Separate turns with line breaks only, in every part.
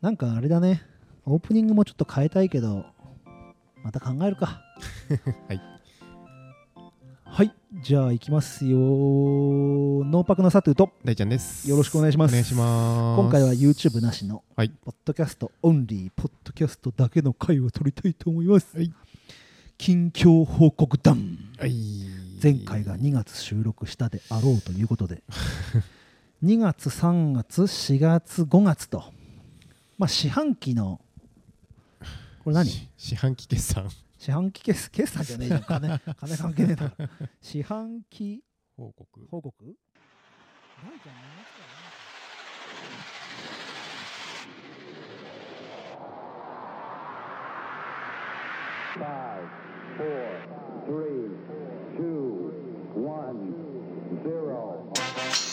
なんかあれだねオープニングもちょっと変えたいけどまた考えるか
はい
はいじゃあ行きますよノーパクのサトゥーと
大ちゃんです。
よろしくお願いします
お願いします。
今回は YouTube なしの、
はい
ポッドキャストオンリーポッドキャストだけの回を撮りたいと思います、
はい
近況報告談
はい。
前回が2月収録したであろうということで2月3月4月5月とまあ四半期のこれ何
し四半期決算
四半期決決算じゃねえじゃん金金関係ねえだろ四半期
報告。
報告大ちゃん
農業テー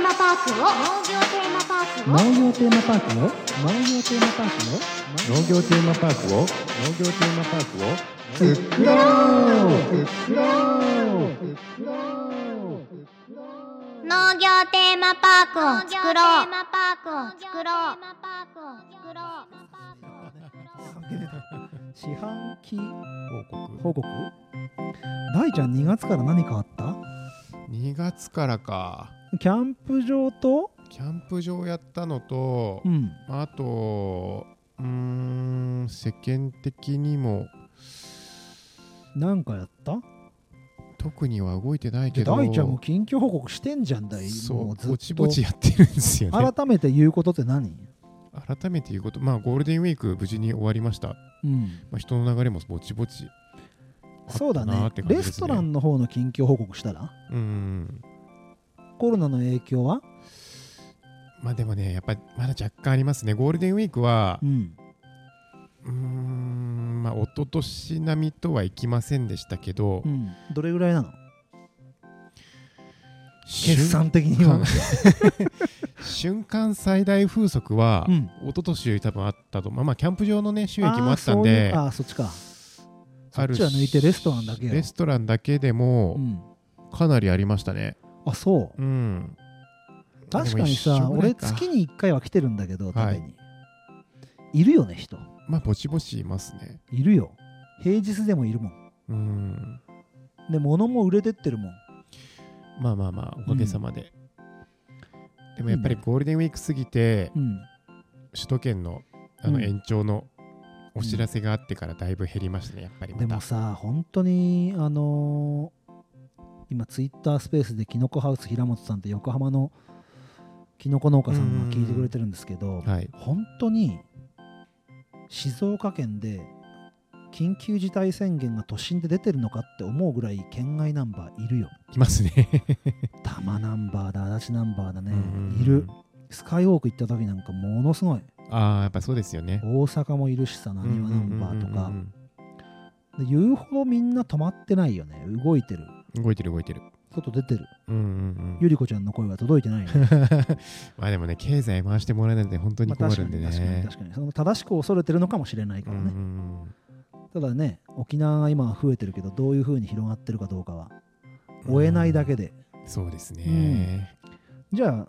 マパークを農業テーマパークを
農業テーマパークよ農業テーマパークよ
農業テーマパークを農業テーマパークを
農業テーマパークを作ろう農業テーマパークを作ろう
関係ねえだろ四半期
報告。
報告大ちゃん2月から何かあった
2月からか。
キャンプ場と
キャンプ場やったのと、
ん
まああと、うーん、世間的にも
何かやった
特には動いてないけど、
大ちゃんも近況報告してんじゃんだい
そ
も
う
ずっと
ぼちぼちやってるんですよね。
改めて言うことって何
改めて言うこと、まあゴールデンウィーク無事に終わりました。
うん
まあ人の流れもぼちぼち。
そうだ
あったなー
ね
って感じ
レ
ですね
ストランの方の近況報告したら
うん。
コロナの影響は
まあでもね、やっぱりまだ若干ありますね。ゴールデンウィークは、
ん
うーん、まあ一昨年並みとはいきませんでしたけど、
うんどれぐらいなの
瞬
決算的 には
か瞬間最大風速は、
うん
一昨年より多分あったと、まあ、まあキャンプ場のね収益
あ
も
ー
あった
そ
ん
ういう
で、
あーそっちか
ある
そっちは抜いてレストランだけよ
レストランだけでも
うん
かなりありましたね。
あそう
うん。
確かに
で
さ
も一緒ぐら
俺
いか
月に1回は来てるんだけど食べに、
はい
い、るよね人
まあぼちぼちいますね。
いるよ平日でもいるもん
うん。
で物も売れてってるもん
まあまあまあおかげさまで。でもやっぱりゴールデンウィーク過ぎて、
うん
首都圏のあの
うん
延長のお知らせがあってからだいぶ減りましたねやっぱりま
で
た。
もさ本当にあのー今ツイッタースペースでキノコハウス平本さんって横浜のキノコ農家さんが聞いてくれてるんですけど、
はい。
本当に静岡県で緊急事態宣言が都心で出てるのかって思うぐらい県外ナンバーいるよ
いますね。
多摩ナンバーだ足立ナンバーだね
うん
いる。スカイウォーク行った時なんかものすごい
ああやっぱそうですよね。
大阪もいるしさなにわナンバーと
う
か
んうんうん
で言うほどみんな止まってないよね動いてる
うん動いてる動いてる。
外出てる
うんうんうん
ゆりこちゃんの声が届いてないよね、
まあでもね経済回してもらえないで本当
ま
に
あ
困
確か
るんで
に確かに
ね。
確かにその正しく恐れてるのかもしれないから
うんう
ね、
ん
ただね沖縄が今は増えてるけどどういう風に広がってるかどうかは
うん
追えないだけで、
そうですね。
じゃあ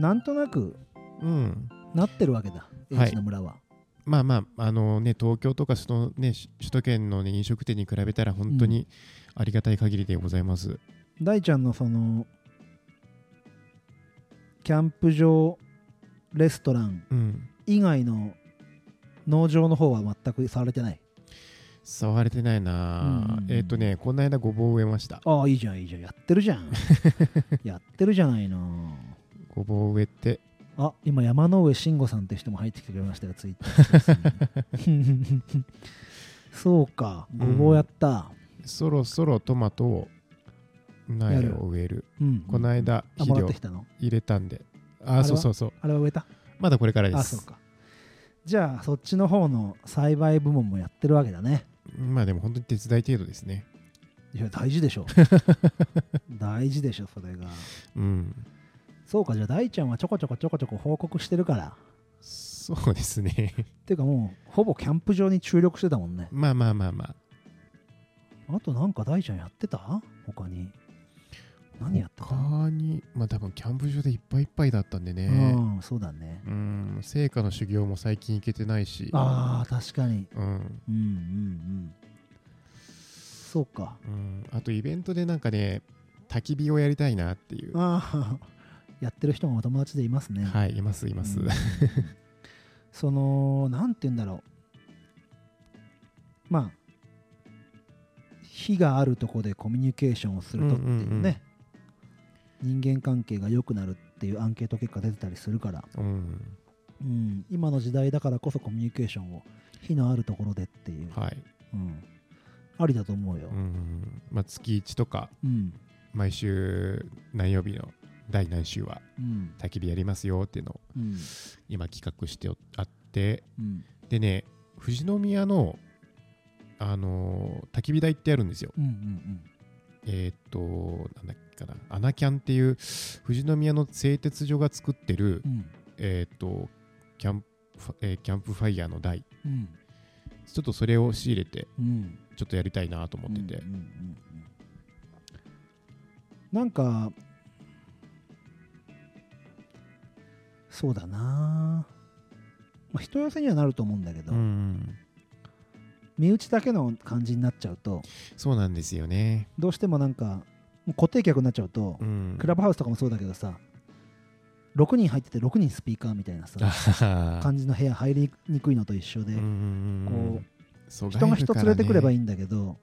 なんとなく
うん。
なってるわけだ
はい
H の村は、
まあまあ、あのね、東京とか首都,、ね、し首都圏の、ね、飲食店に比べたら本当にありがたい限りでございます。
大ちゃんのそのキャンプ場レストラン
うん。
以外の農場の方は全く触れてない
触れてないな、
うん
えっ、とね、この間ごぼう植えました。
ああいいじゃんいいじゃんやってるじゃ んやってるじゃないの
ごぼう植えて、
あ今山之上慎吾さんって人も入ってきてくれましたよツイッターそうかごぼうやった、
そろそろトマトを苗を植える。
うん、
この間、
あ
肥
もらっ
料
てきたの
入れたんで。
れ
あ、
は
そうそうそう。
あれは植えた
まだこれからで
あそう
す。
かじゃあそっちの方の栽培部門もやってるわけだね
まあでも本当に手伝い程度ですね。
いや大事でし ょ大事でしょそれが
うん。
そうかじゃあ大ちゃんはちょこちょこちょこちょこ報告してるから
そうですね。
っていうかもうほぼキャンプ場に注力してたもんね
まあまあまあまあ。
あとなんか大ちゃんやってた他に何やったかな、
他に、まあ多分キャンプ場でいっぱいいっぱいだったんでね、
うんそうだね
うん、聖火の修行も最近行けてないし、
あー確かに
うん、
うんうんうんそうか
うん、あとイベントでなんかね、焚き火をやりたいなっていう、
ああ やってる人がお友達でいますね
はい、います、います。
うんそのなんて言うんだろうまあ火があるとこでコミュニケーションをするとっていうね、人間関係が良くなるっていうアンケート結果出てたりするから、
うん、
うん、今の時代だからこそコミュニケーションを火のあるところでっていう、
はい、
うん、ありだと思うよ
う、ん、まあ月1とか、
うん
毎週何曜日の第何週は
うん
焚き火やりますよっていうのを
うん
今企画しておあって、
うん
でね、富士宮の、あのー焚き火台ってあるんですよ。
うんうん
えーっと、なんだっけかな、アナキャンっていう、富士宮の製鉄所が作ってる、
うんうん
えーっと、キャンプ、えーキャンプファイヤーの台、
うん
ちょっとそれを仕入れて、
うん
ちょっとやりたいなと思ってて、
うんうんうんうんなんかそうだな、まあ、人寄せにはなると思うんだけど、
うん
身内だけの感じになっちゃうと
そうなんですよね。
どうしてもなんかもう固定客になっちゃうと、
うん、
クラブハウスとかもそうだけどさ6人入ってて6人スピーカーみたいなさ
あはは
感じの部屋入りにくいのと一緒で、こ
こう
人が人連れてくればい
い。
いんだけど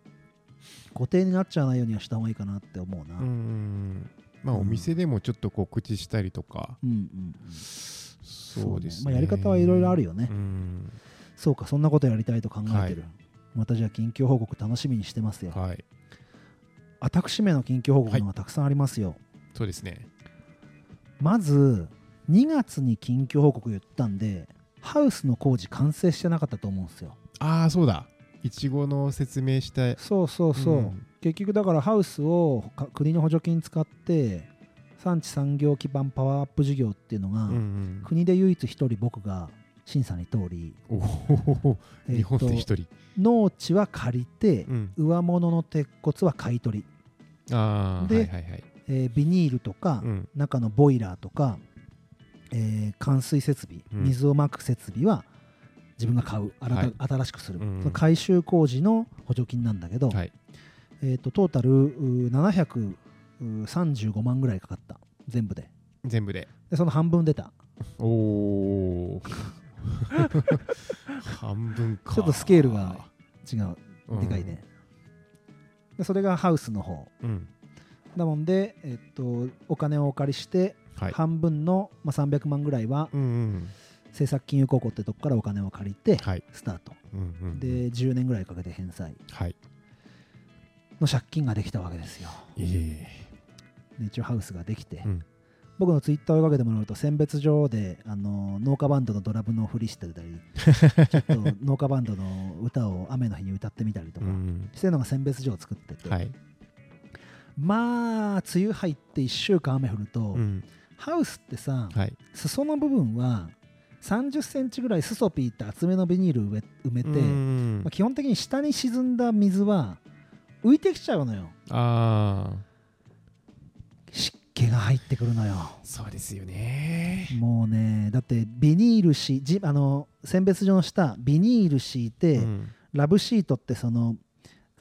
固定になっちゃわないようにはした方がいいかなって思うな、
うんうんうんまあ、お店でもちょっと告知したりとか、
うんうんうん
そうですね。
まあ、やり方はいろいろあるよね、
うん
そうかそんなことやりたいと考えてる、
は
またじゃあ近況報告楽しみにしてますよ、
はい、
私めの近況報告のがたくさんありますよ、
そうですね。
まず2月に近況報告言ったんでハウスの工事完成してなかったと思うんですよ
ああ、そうだ。いちごの説明したい。
そうそうそう、
うん
結局だからハウスをか国の補助金使って産地産業基盤パワーアップ事業っていうのが、
うんうん
国で唯一一人僕が審査に通り、
おお、
えっと
日本で一人。
農地は借りて、
うん
上物の鉄骨は買い取り
ああ、
で
はいはいはい。
えービニールとか、
うん
中のボイラーとか、えー冠水設備、
うん
水をまく設備は自分が買う、あらた
はい
新しくする、
うん
その改修工事の補助金なんだけど、
はい。
えー、とトータルうー735万ぐらいかかった全部で
全部で。
でその半分出た
おお。 半分か。
ちょっとスケールが違う
うん
でかいね、でそれがハウスの方
うん。
だもんで、えっとお金をお借りして、
はい。
半分の、まあ、300万ぐらいは
うんうん。
政策金融公庫ってとこからお金を借りて
はい。
スタート
うんうん、
で10年ぐらいかけて返済
はい。
の借金ができたわけですよ
いえいえ。
で一応ハウスができて、
うん
僕のツイッターを追いかけてもらうと選別場であの農家バンドのドラムのふりしてた りちょっと農家バンドの歌を雨の日に歌ってみたりと
う
か、
ん
してるのが選別場を作ってて、
はい。
まあ梅雨入って1週間雨降ると、
うん。
ハウスってさ、
はい。
裾の部分は3 0センチぐらいスソピーって厚めのビニール埋め埋めて、
うん
まあ、基本的に下に沈んだ水は浮いてきちゃうのよ
ああ。
湿気が入ってくるのよ
そうですよね。
もうねだってビニール敷じあの選別所の下ビニール敷いて、
うん
ラブシートってその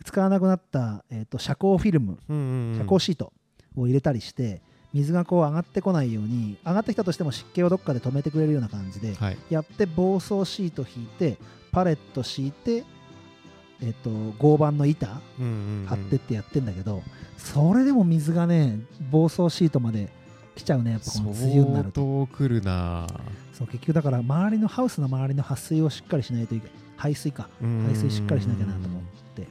使わなくなった、えー、と遮光フィルム
うんうんうん
遮光シートを入れたりして、水がこう上がってこないように上がってきたとしても湿気をどっかで止めてくれるような感じで、
はい。
やって防草シート引いてパレット敷いて、えっと合板の板
うんうんうん
貼ってってやってんだけど、それでも水がね防草シートまで来ちゃうねやっぱこの梅雨になる
相
と
当来るな。
そう結局だから周りのハウスの周りの撥水をしっかりしないといけ排水か
うん
排水しっかりしなきゃなと思って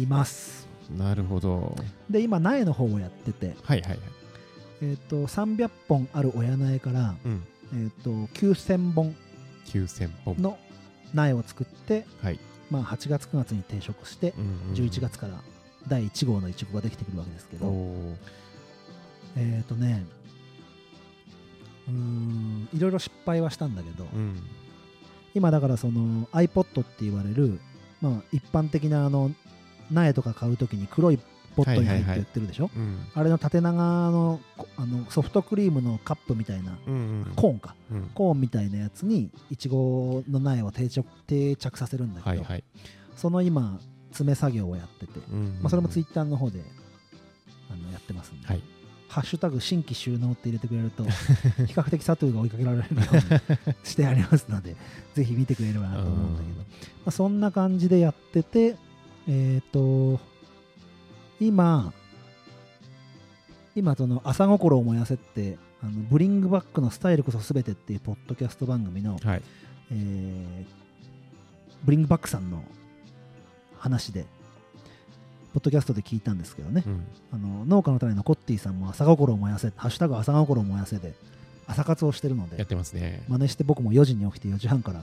います
なるほど。
で今苗の方をやってて、
はいはいはい。
えっと300本ある親苗から、
うん。
えっと9000本
九千本。
の苗を作って、
はい。
まあ、8月9月に定食して
うんうんうん
11。月から第1号のイチゴができてくるわけですけ
お
ど、
お。
えっ、とね、うーん、いろいろ失敗はしたんだけど、
うん。
今だからその iPod って言われる、まあ、一般的なあの苗とか買うときに黒いポットに
は
入
いは
っ
いは
て売
い
ってるでしょ、
うん
あれの縦長のこあのソフトクリームのカップみたいな、
うんうん
コーンか
うん
コーンみたいなやつにいちごの苗を定着定着させるんだけど、
はいはい
その今詰め作業をやってて、
うん
まあ、それもツイ
ッ
ッターの方であのやってますんで、
はい
ハッシュタグ新規収納って入れてくれると比較的佐藤が追いかけられるようにしてありますのでぜひ見てくれればなと思うんだけど、
うん
まあ、そんな感じでやっててえっ、と今今その朝心を燃やせってあのブリングバックのスタイルこそ全てっていうポッドキャスト番組の、
はい
えーブリングバックさんの話でポッドキャストで聞いたんですけどね、
うん
あの農家の種のコッティさんも朝心を燃やせ「ハッシュタグ朝心を燃やせ」で朝活をしてるの
やっ
で
てますね
真似して僕も4時に起きて4時半から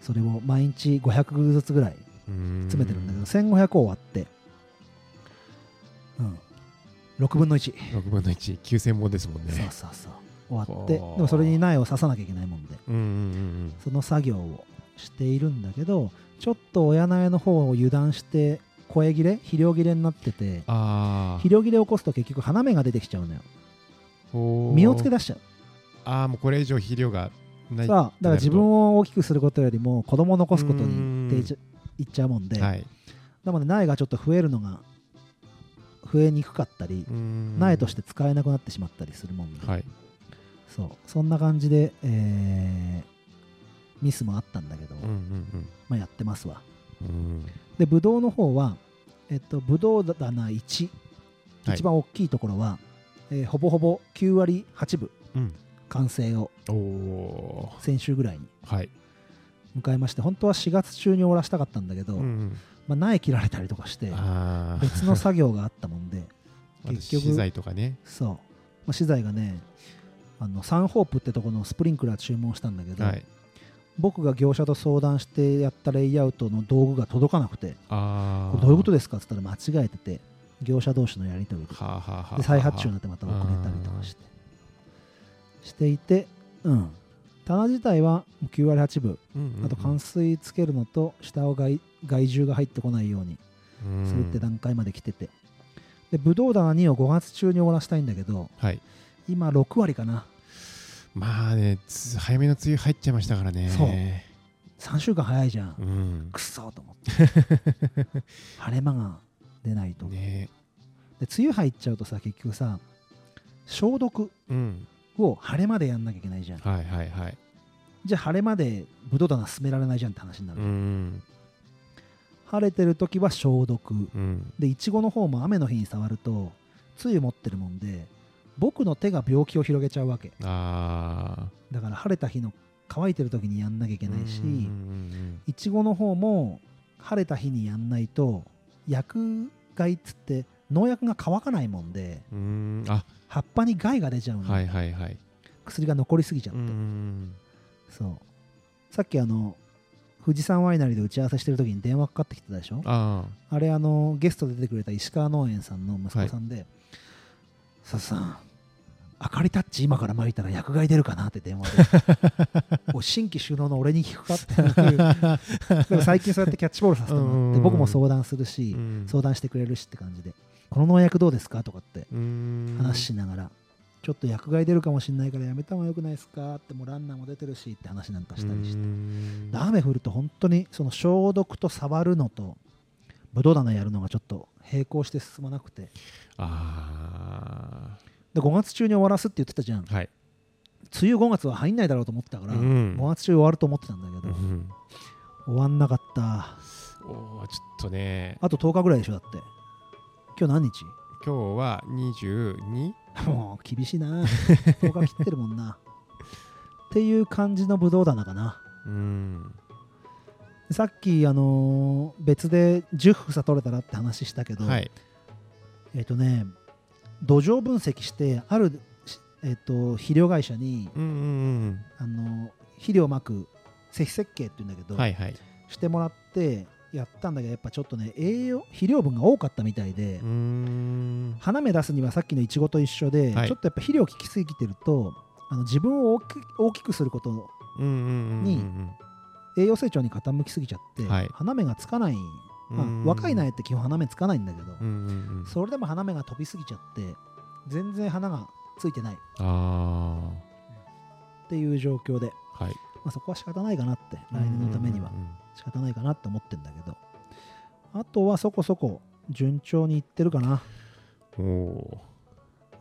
それを毎日500ずつぐらい
詰
詰めてるんだけど1500を割ってうん6分の1、
6分の19000本ですもんね
そうそうそう終わってで
ほう
もそれに苗を刺さなきゃいけないもんで
うんうん
その作業をしているんだけどちょっと親苗の方を油断して声切れ肥料切れになってて
あ
肥料切れを起こすと結局花芽が出てきちゃうのよ
あ身
実をつけ出しちゃう
ああもうこれ以上肥料がない
さあだから自分
を
を大きくすることよりも子供を残すこと
う
に
ん
定着いっちゃうもんで、
はい
なので苗がちょっと増えるのが増えにくかったり、苗としてて使えなくなってしまったりするもんで、
はい
そうそんな感じで、えーミスもあったんだけど、
うんうん
まあ、やってますわ
うんうん
でブドウの方はえっとブドウ棚1、
はい
一番大きいところは、えーほぼほぼ9割8分
うん
完成を
おお
先週ぐらいに
ーはい
迎えまして本当は4月中に終わらせたかったんだけど、
うんうん
まあ、苗切られたりとかして
ああ
別の作業があったもんで 結
結
局
局資材とかね
そう、まあ、資材がねあのサンホープってとこのスプリンクラー注文したんだけど、
はい
僕が業者と相談してやったレイアウトの道具が届かなくて
あ
こ
あ
れどういうこと
で
ですかって言ったら間違えてて業者同士のやり取りで
はあはあはあはあ
で再発注になってまた遅れたりとかしてしていてうん棚自体はもう9割8分
うんうんうん
あと冠水つけるのと下を害害獣が入ってこないように
うん
そういった段階まで来てて、でブドウ棚2を5月中に終わらせたいんだけど
はい
今6割かな
まあねつ早めの梅雨入っちゃいましたからね
そう3週間早いじゃん、
うん
くっそーと思って 晴れ間が出ないと、
ね
で梅雨入っちゃうとさ結局さ消毒
うん
を晴れまでやんなきゃいけないじゃん
はいはいはい
じゃあ晴れまでブドウ棚進められないじゃんって話になる、
うん
晴れてる時は消毒
うん
でいちごの方も雨の日に触るとつゆ持ってるもんで僕の手が病気を広げちゃうわけ
ああ
だから晴れた日の乾いてる時にやんなきゃいけないし
うんうん
いちごの方も晴れた日にやんないと薬害っつって農薬が乾かないもんで
うんうんうんあ
葉っぱに害が出ちゃうの、
はいはいはい
薬が残りすぎちゃっ
う
て、
んうん
そうさっきあの富士山ワイナリーで打ち合わせしてる時に電話かかってきてたでしょ
あ
あれあのゲストで出てくれた石川農園さんの息子さんで「さ、さん明かりタッチ今から巻いたら薬害出るかな?」って電 話でおい新規収納の俺に聞くかっていう
あ
でも最近そうやってキャッチボールさせて
うんうん
もらっ
う
て
ん
僕も相談するし、
うん
相談してくれるしって感じで「この農薬どうですか?」とかって
うん
話しながら、ちょっと薬害出るかもしれないからやめた方がよくないですかってもうランナーも出てるしって話なんかしたりして、
うん
で雨降ると本当にその消毒と触るのとブドウ棚やるのがちょっと並行して進まなくて
あ
で5月中に終わらすって言ってたじゃん
あはい
梅雨5月は入んないだろうと思ってたから、
うん
5月中終わると思ってたんだけ
う
ど、
ん
終わんなかった
おーちょっとね
あと10日ぐらいでしょだって今日何日
今日は 22?
もう厳しい な10日切ってるもんなっていう感じのブドウ棚かな
うん
さっき、あのー別で10房取れたらって話したけど、
はい
えっ、とね土壌分析してある、しえっと肥料会社に、
うんうん
あのー肥料をまく施肥設計っていうんだけ
う
ど、
んはいはい
してもらってやったんだけどやっぱちょっとね栄養肥料分が多かったみたいで、
うん
花芽出すにはさっきのイチゴと一緒で、
はい
ちょっとやっぱ肥料効きすぎてるとあの自分を大き大きくすること
うんうんうんうん
に栄養成長に傾きすぎちゃって、
はい
花芽がつかないまあ、若い苗って基本花芽つかないんだけど、
うんうんうん、
それでも花芽が飛びすぎちゃって全然花がついてないっ
あ
ていう状況で、
あはい
まあ、そこは仕方ないかなって来年のためには
うんうんうん
仕方ないかなって思ってんだけどあとはそこそこ順調にいってるかな、
おお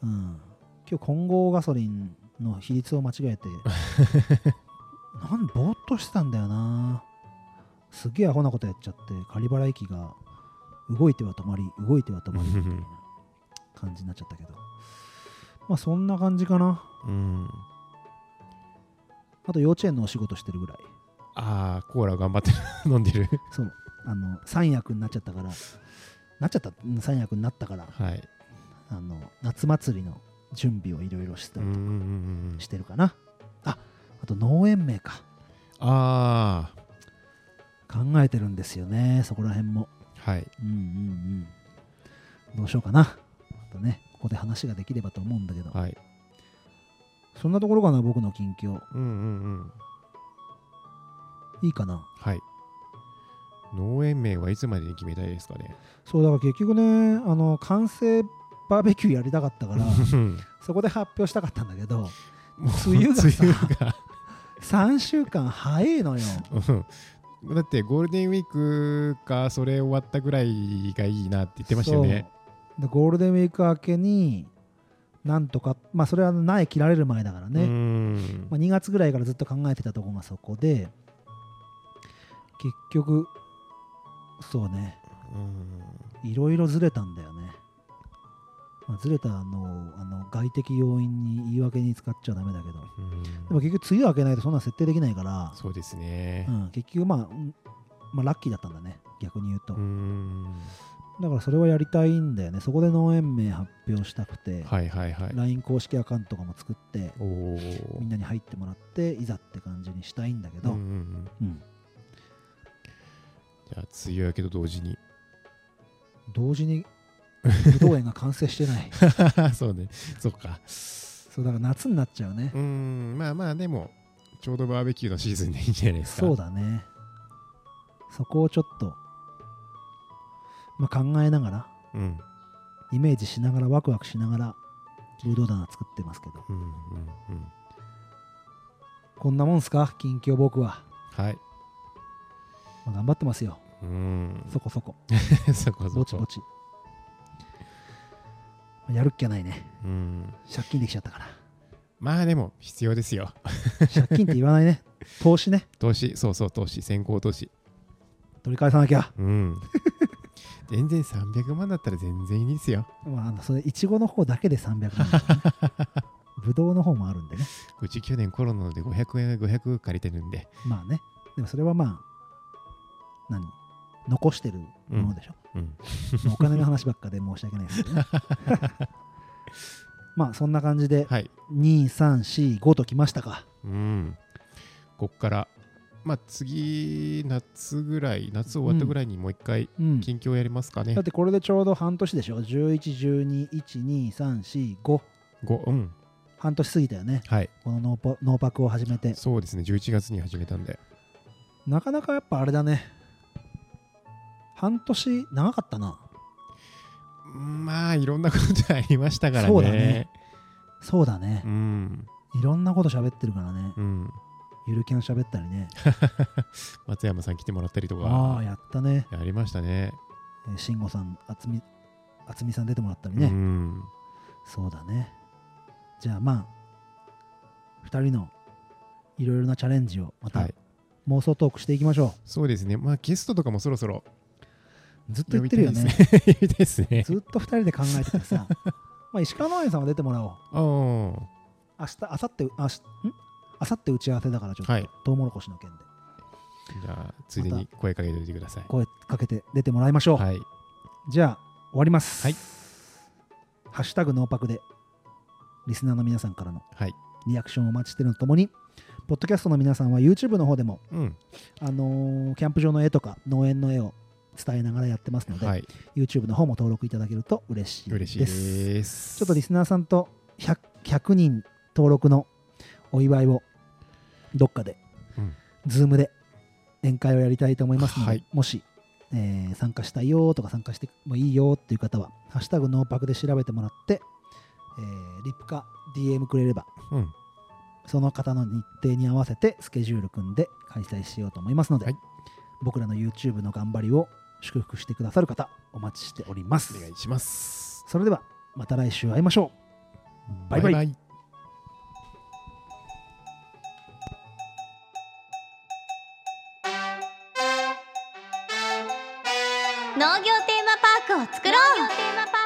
うん、今日混合ガソリンの比率を間違え てなんぼーっとしてたんだよなすげえアホなことやっちゃって仮払い機が動いては止まり動いては止まりみたい な感じになっちゃったけどまあそんな感じかな
うん
あと幼稚園のお仕事してるぐらい
ああコーラ頑張って飲んでる
そうあの三役になっちゃったからなっちゃったうん三役になったから
はい
あの夏祭りの準備をいろいろして,、
うんうんうんうん
してるかなああと農園名か
あ
考えてるんですよねそこら辺も
あはい
うんうんうんどうしようかなまたねここで話ができればと思うんだけど、
はい
そんなところかな僕の近況
うんうんうん
いいかな
はい農園名はいつまでに決めたいですかね
そうだから結局ねあの完成バーベキューやりたかったから そこで発表したかったんだけど梅雨が さ
梅雨が
3週間早いのよ
うんだってゴールデンウィークかそれ終わったぐらいがいいなって言ってましたよね。
そうでゴールデンウィーク明けになんとかまあそれは苗切られる前だからね、
うん
まあ、2月ぐらいからずっと考えてたとこがそこで結局そうね
うん
いろいろずれたんだよね、まあ、ずれたのをあの外的要因に言い訳に使っちゃダメだけど
うん
でも結局梅雨明けないとそんな設定できないから、
そうですね
う。ん、結局、まあうんまあラッキーだったんだね逆に言うと、
うん
だからそれはやりたいんだよねそこで農園名発表したくて、
はいはいはい。
LINE 公式アカウントとかも作って
おお。
みんなに入ってもらっていざって感じにしたいんだけど、
うんうんうん
うん
じゃあ梅雨明けと同時に。
同時に武道園が完成して ない
そうね。そっか。
そうだから夏になっちゃうね、
うんまあまあでもちょうどバーベキューのシーズンでいいんじゃないですか。
そうだねそこをちょっと、まあ、考えながら
うん
イメージしながらワクワクしながら武道棚作ってますけど
うんうんうん
こんなもんすか近況僕は、
はい。
まあ頑張ってますよ
うん。
そこそこ
そこそ
ぼちぼ
こ。
ちやるっきゃないね
うん
借金できちゃったから
まあでも必要ですよ。
借金って言わない ね投資ね
投資そうそう投資先行投資
取り返さなきゃ
うん 全然300万だったら全然いいですよ
まああのそれいちごの方だけで300万、ね、 ぶどうの方もあるんでね
うち去年コロナで500円500借りてるんで
まあねでもそれはまあ何残してるものでしょ、
うん
まあお金の話ばっかで申し訳ないですけ どねまあそんな感じで
はい
2345ときましたか
うんこっからまあ次夏ぐらい夏終わったぐらいにもう一回
うん
近況やりますかね
だってこれでちょうど半年でしょ1112123445
5うん
半年過ぎたよね
はい
このノーパノーパクを始めて
そうですね11月に始めたんで
なかなかやっぱあれだね半年長かったな
まあいろんなことありましたからね
そうだねそうだね
う、ん
いろんなこと喋ってるからね、
うん
ゆるキャン喋ったりね
松山さん来てもらったりと
ああ
か
やったね
やりましたね
えー慎吾さん渥美渥美さん出てもらったりね、
うん
そうだねじゃあまあ2人のいろいろなチャレンジをま
は
た
い
妄想トークしていきましょう、
そうですね。まあゲストとかもそろそろ
ずっと
呼
言っ
び
て
たい
る
で
よ
す
ね
ね。呼びたいですね。
ずっと2人で考えてて さまあ石川農園さんは出てもらおう
うん。
明日明後日あしん明後日打ち合わせだからちょっと、
はい
トウモロコシの件で
じゃあついでに声かけておいてください。
声かけて出てもらいましょう、
はい。
じゃあ終わります。
はい
ハッシュタグノーパクでリスナーの皆さんからの
はい。
リアクションをお待ちしているのともに、ポッドキャストの皆さんは YouTube の方でも、
うん。
あのーキャンプ場の絵とか農園の絵を伝えながらやってますので、
はい。
YouTube の方も登録いただけると嬉しいです。
嬉しいです。
ちょっとリスナーさんと 100, 100人登録のお祝いをどっかで、
うん
Zoom で宴会をやりたいと思いますので、
はい
もし、えー参加したいよとか参加してもいいよっていう方は「ハッシュタグノーパク」で調べてもらって、えーリプか DM くれれば
うん。
その方の日程に合わせてスケジュール組んで開催しようと思いますので、
はい
僕らの YouTube の頑張りを祝福してくださる方お待ちしておりま
お願
す
いします。
それではまた来週会いましょうバイバイ
イイ
農業テーマパークを作ろう農業テーマパ